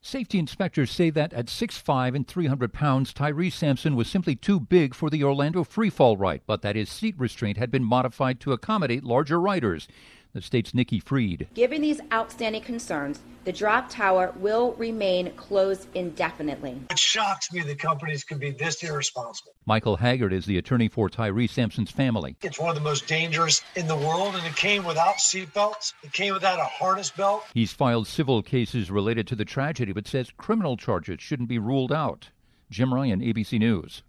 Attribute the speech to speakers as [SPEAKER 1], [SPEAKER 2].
[SPEAKER 1] Safety inspectors say that at 6'5 and 300 pounds, Tyree Sampson was simply too big for the Orlando freefall right, but that his seat restraint had been modified to accommodate larger riders. The state's Nikki Freed.
[SPEAKER 2] Given these outstanding concerns, the drop tower will remain closed indefinitely.
[SPEAKER 3] It shocks me that companies can be this irresponsible.
[SPEAKER 1] Michael Haggard is the attorney for Tyree Sampson's family.
[SPEAKER 3] It's one of the most dangerous in the world, and it came without seatbelts. It came without a harness belt.
[SPEAKER 1] He's filed civil cases related to the tragedy, but says criminal charges shouldn't be ruled out. Jim Ryan, ABC News.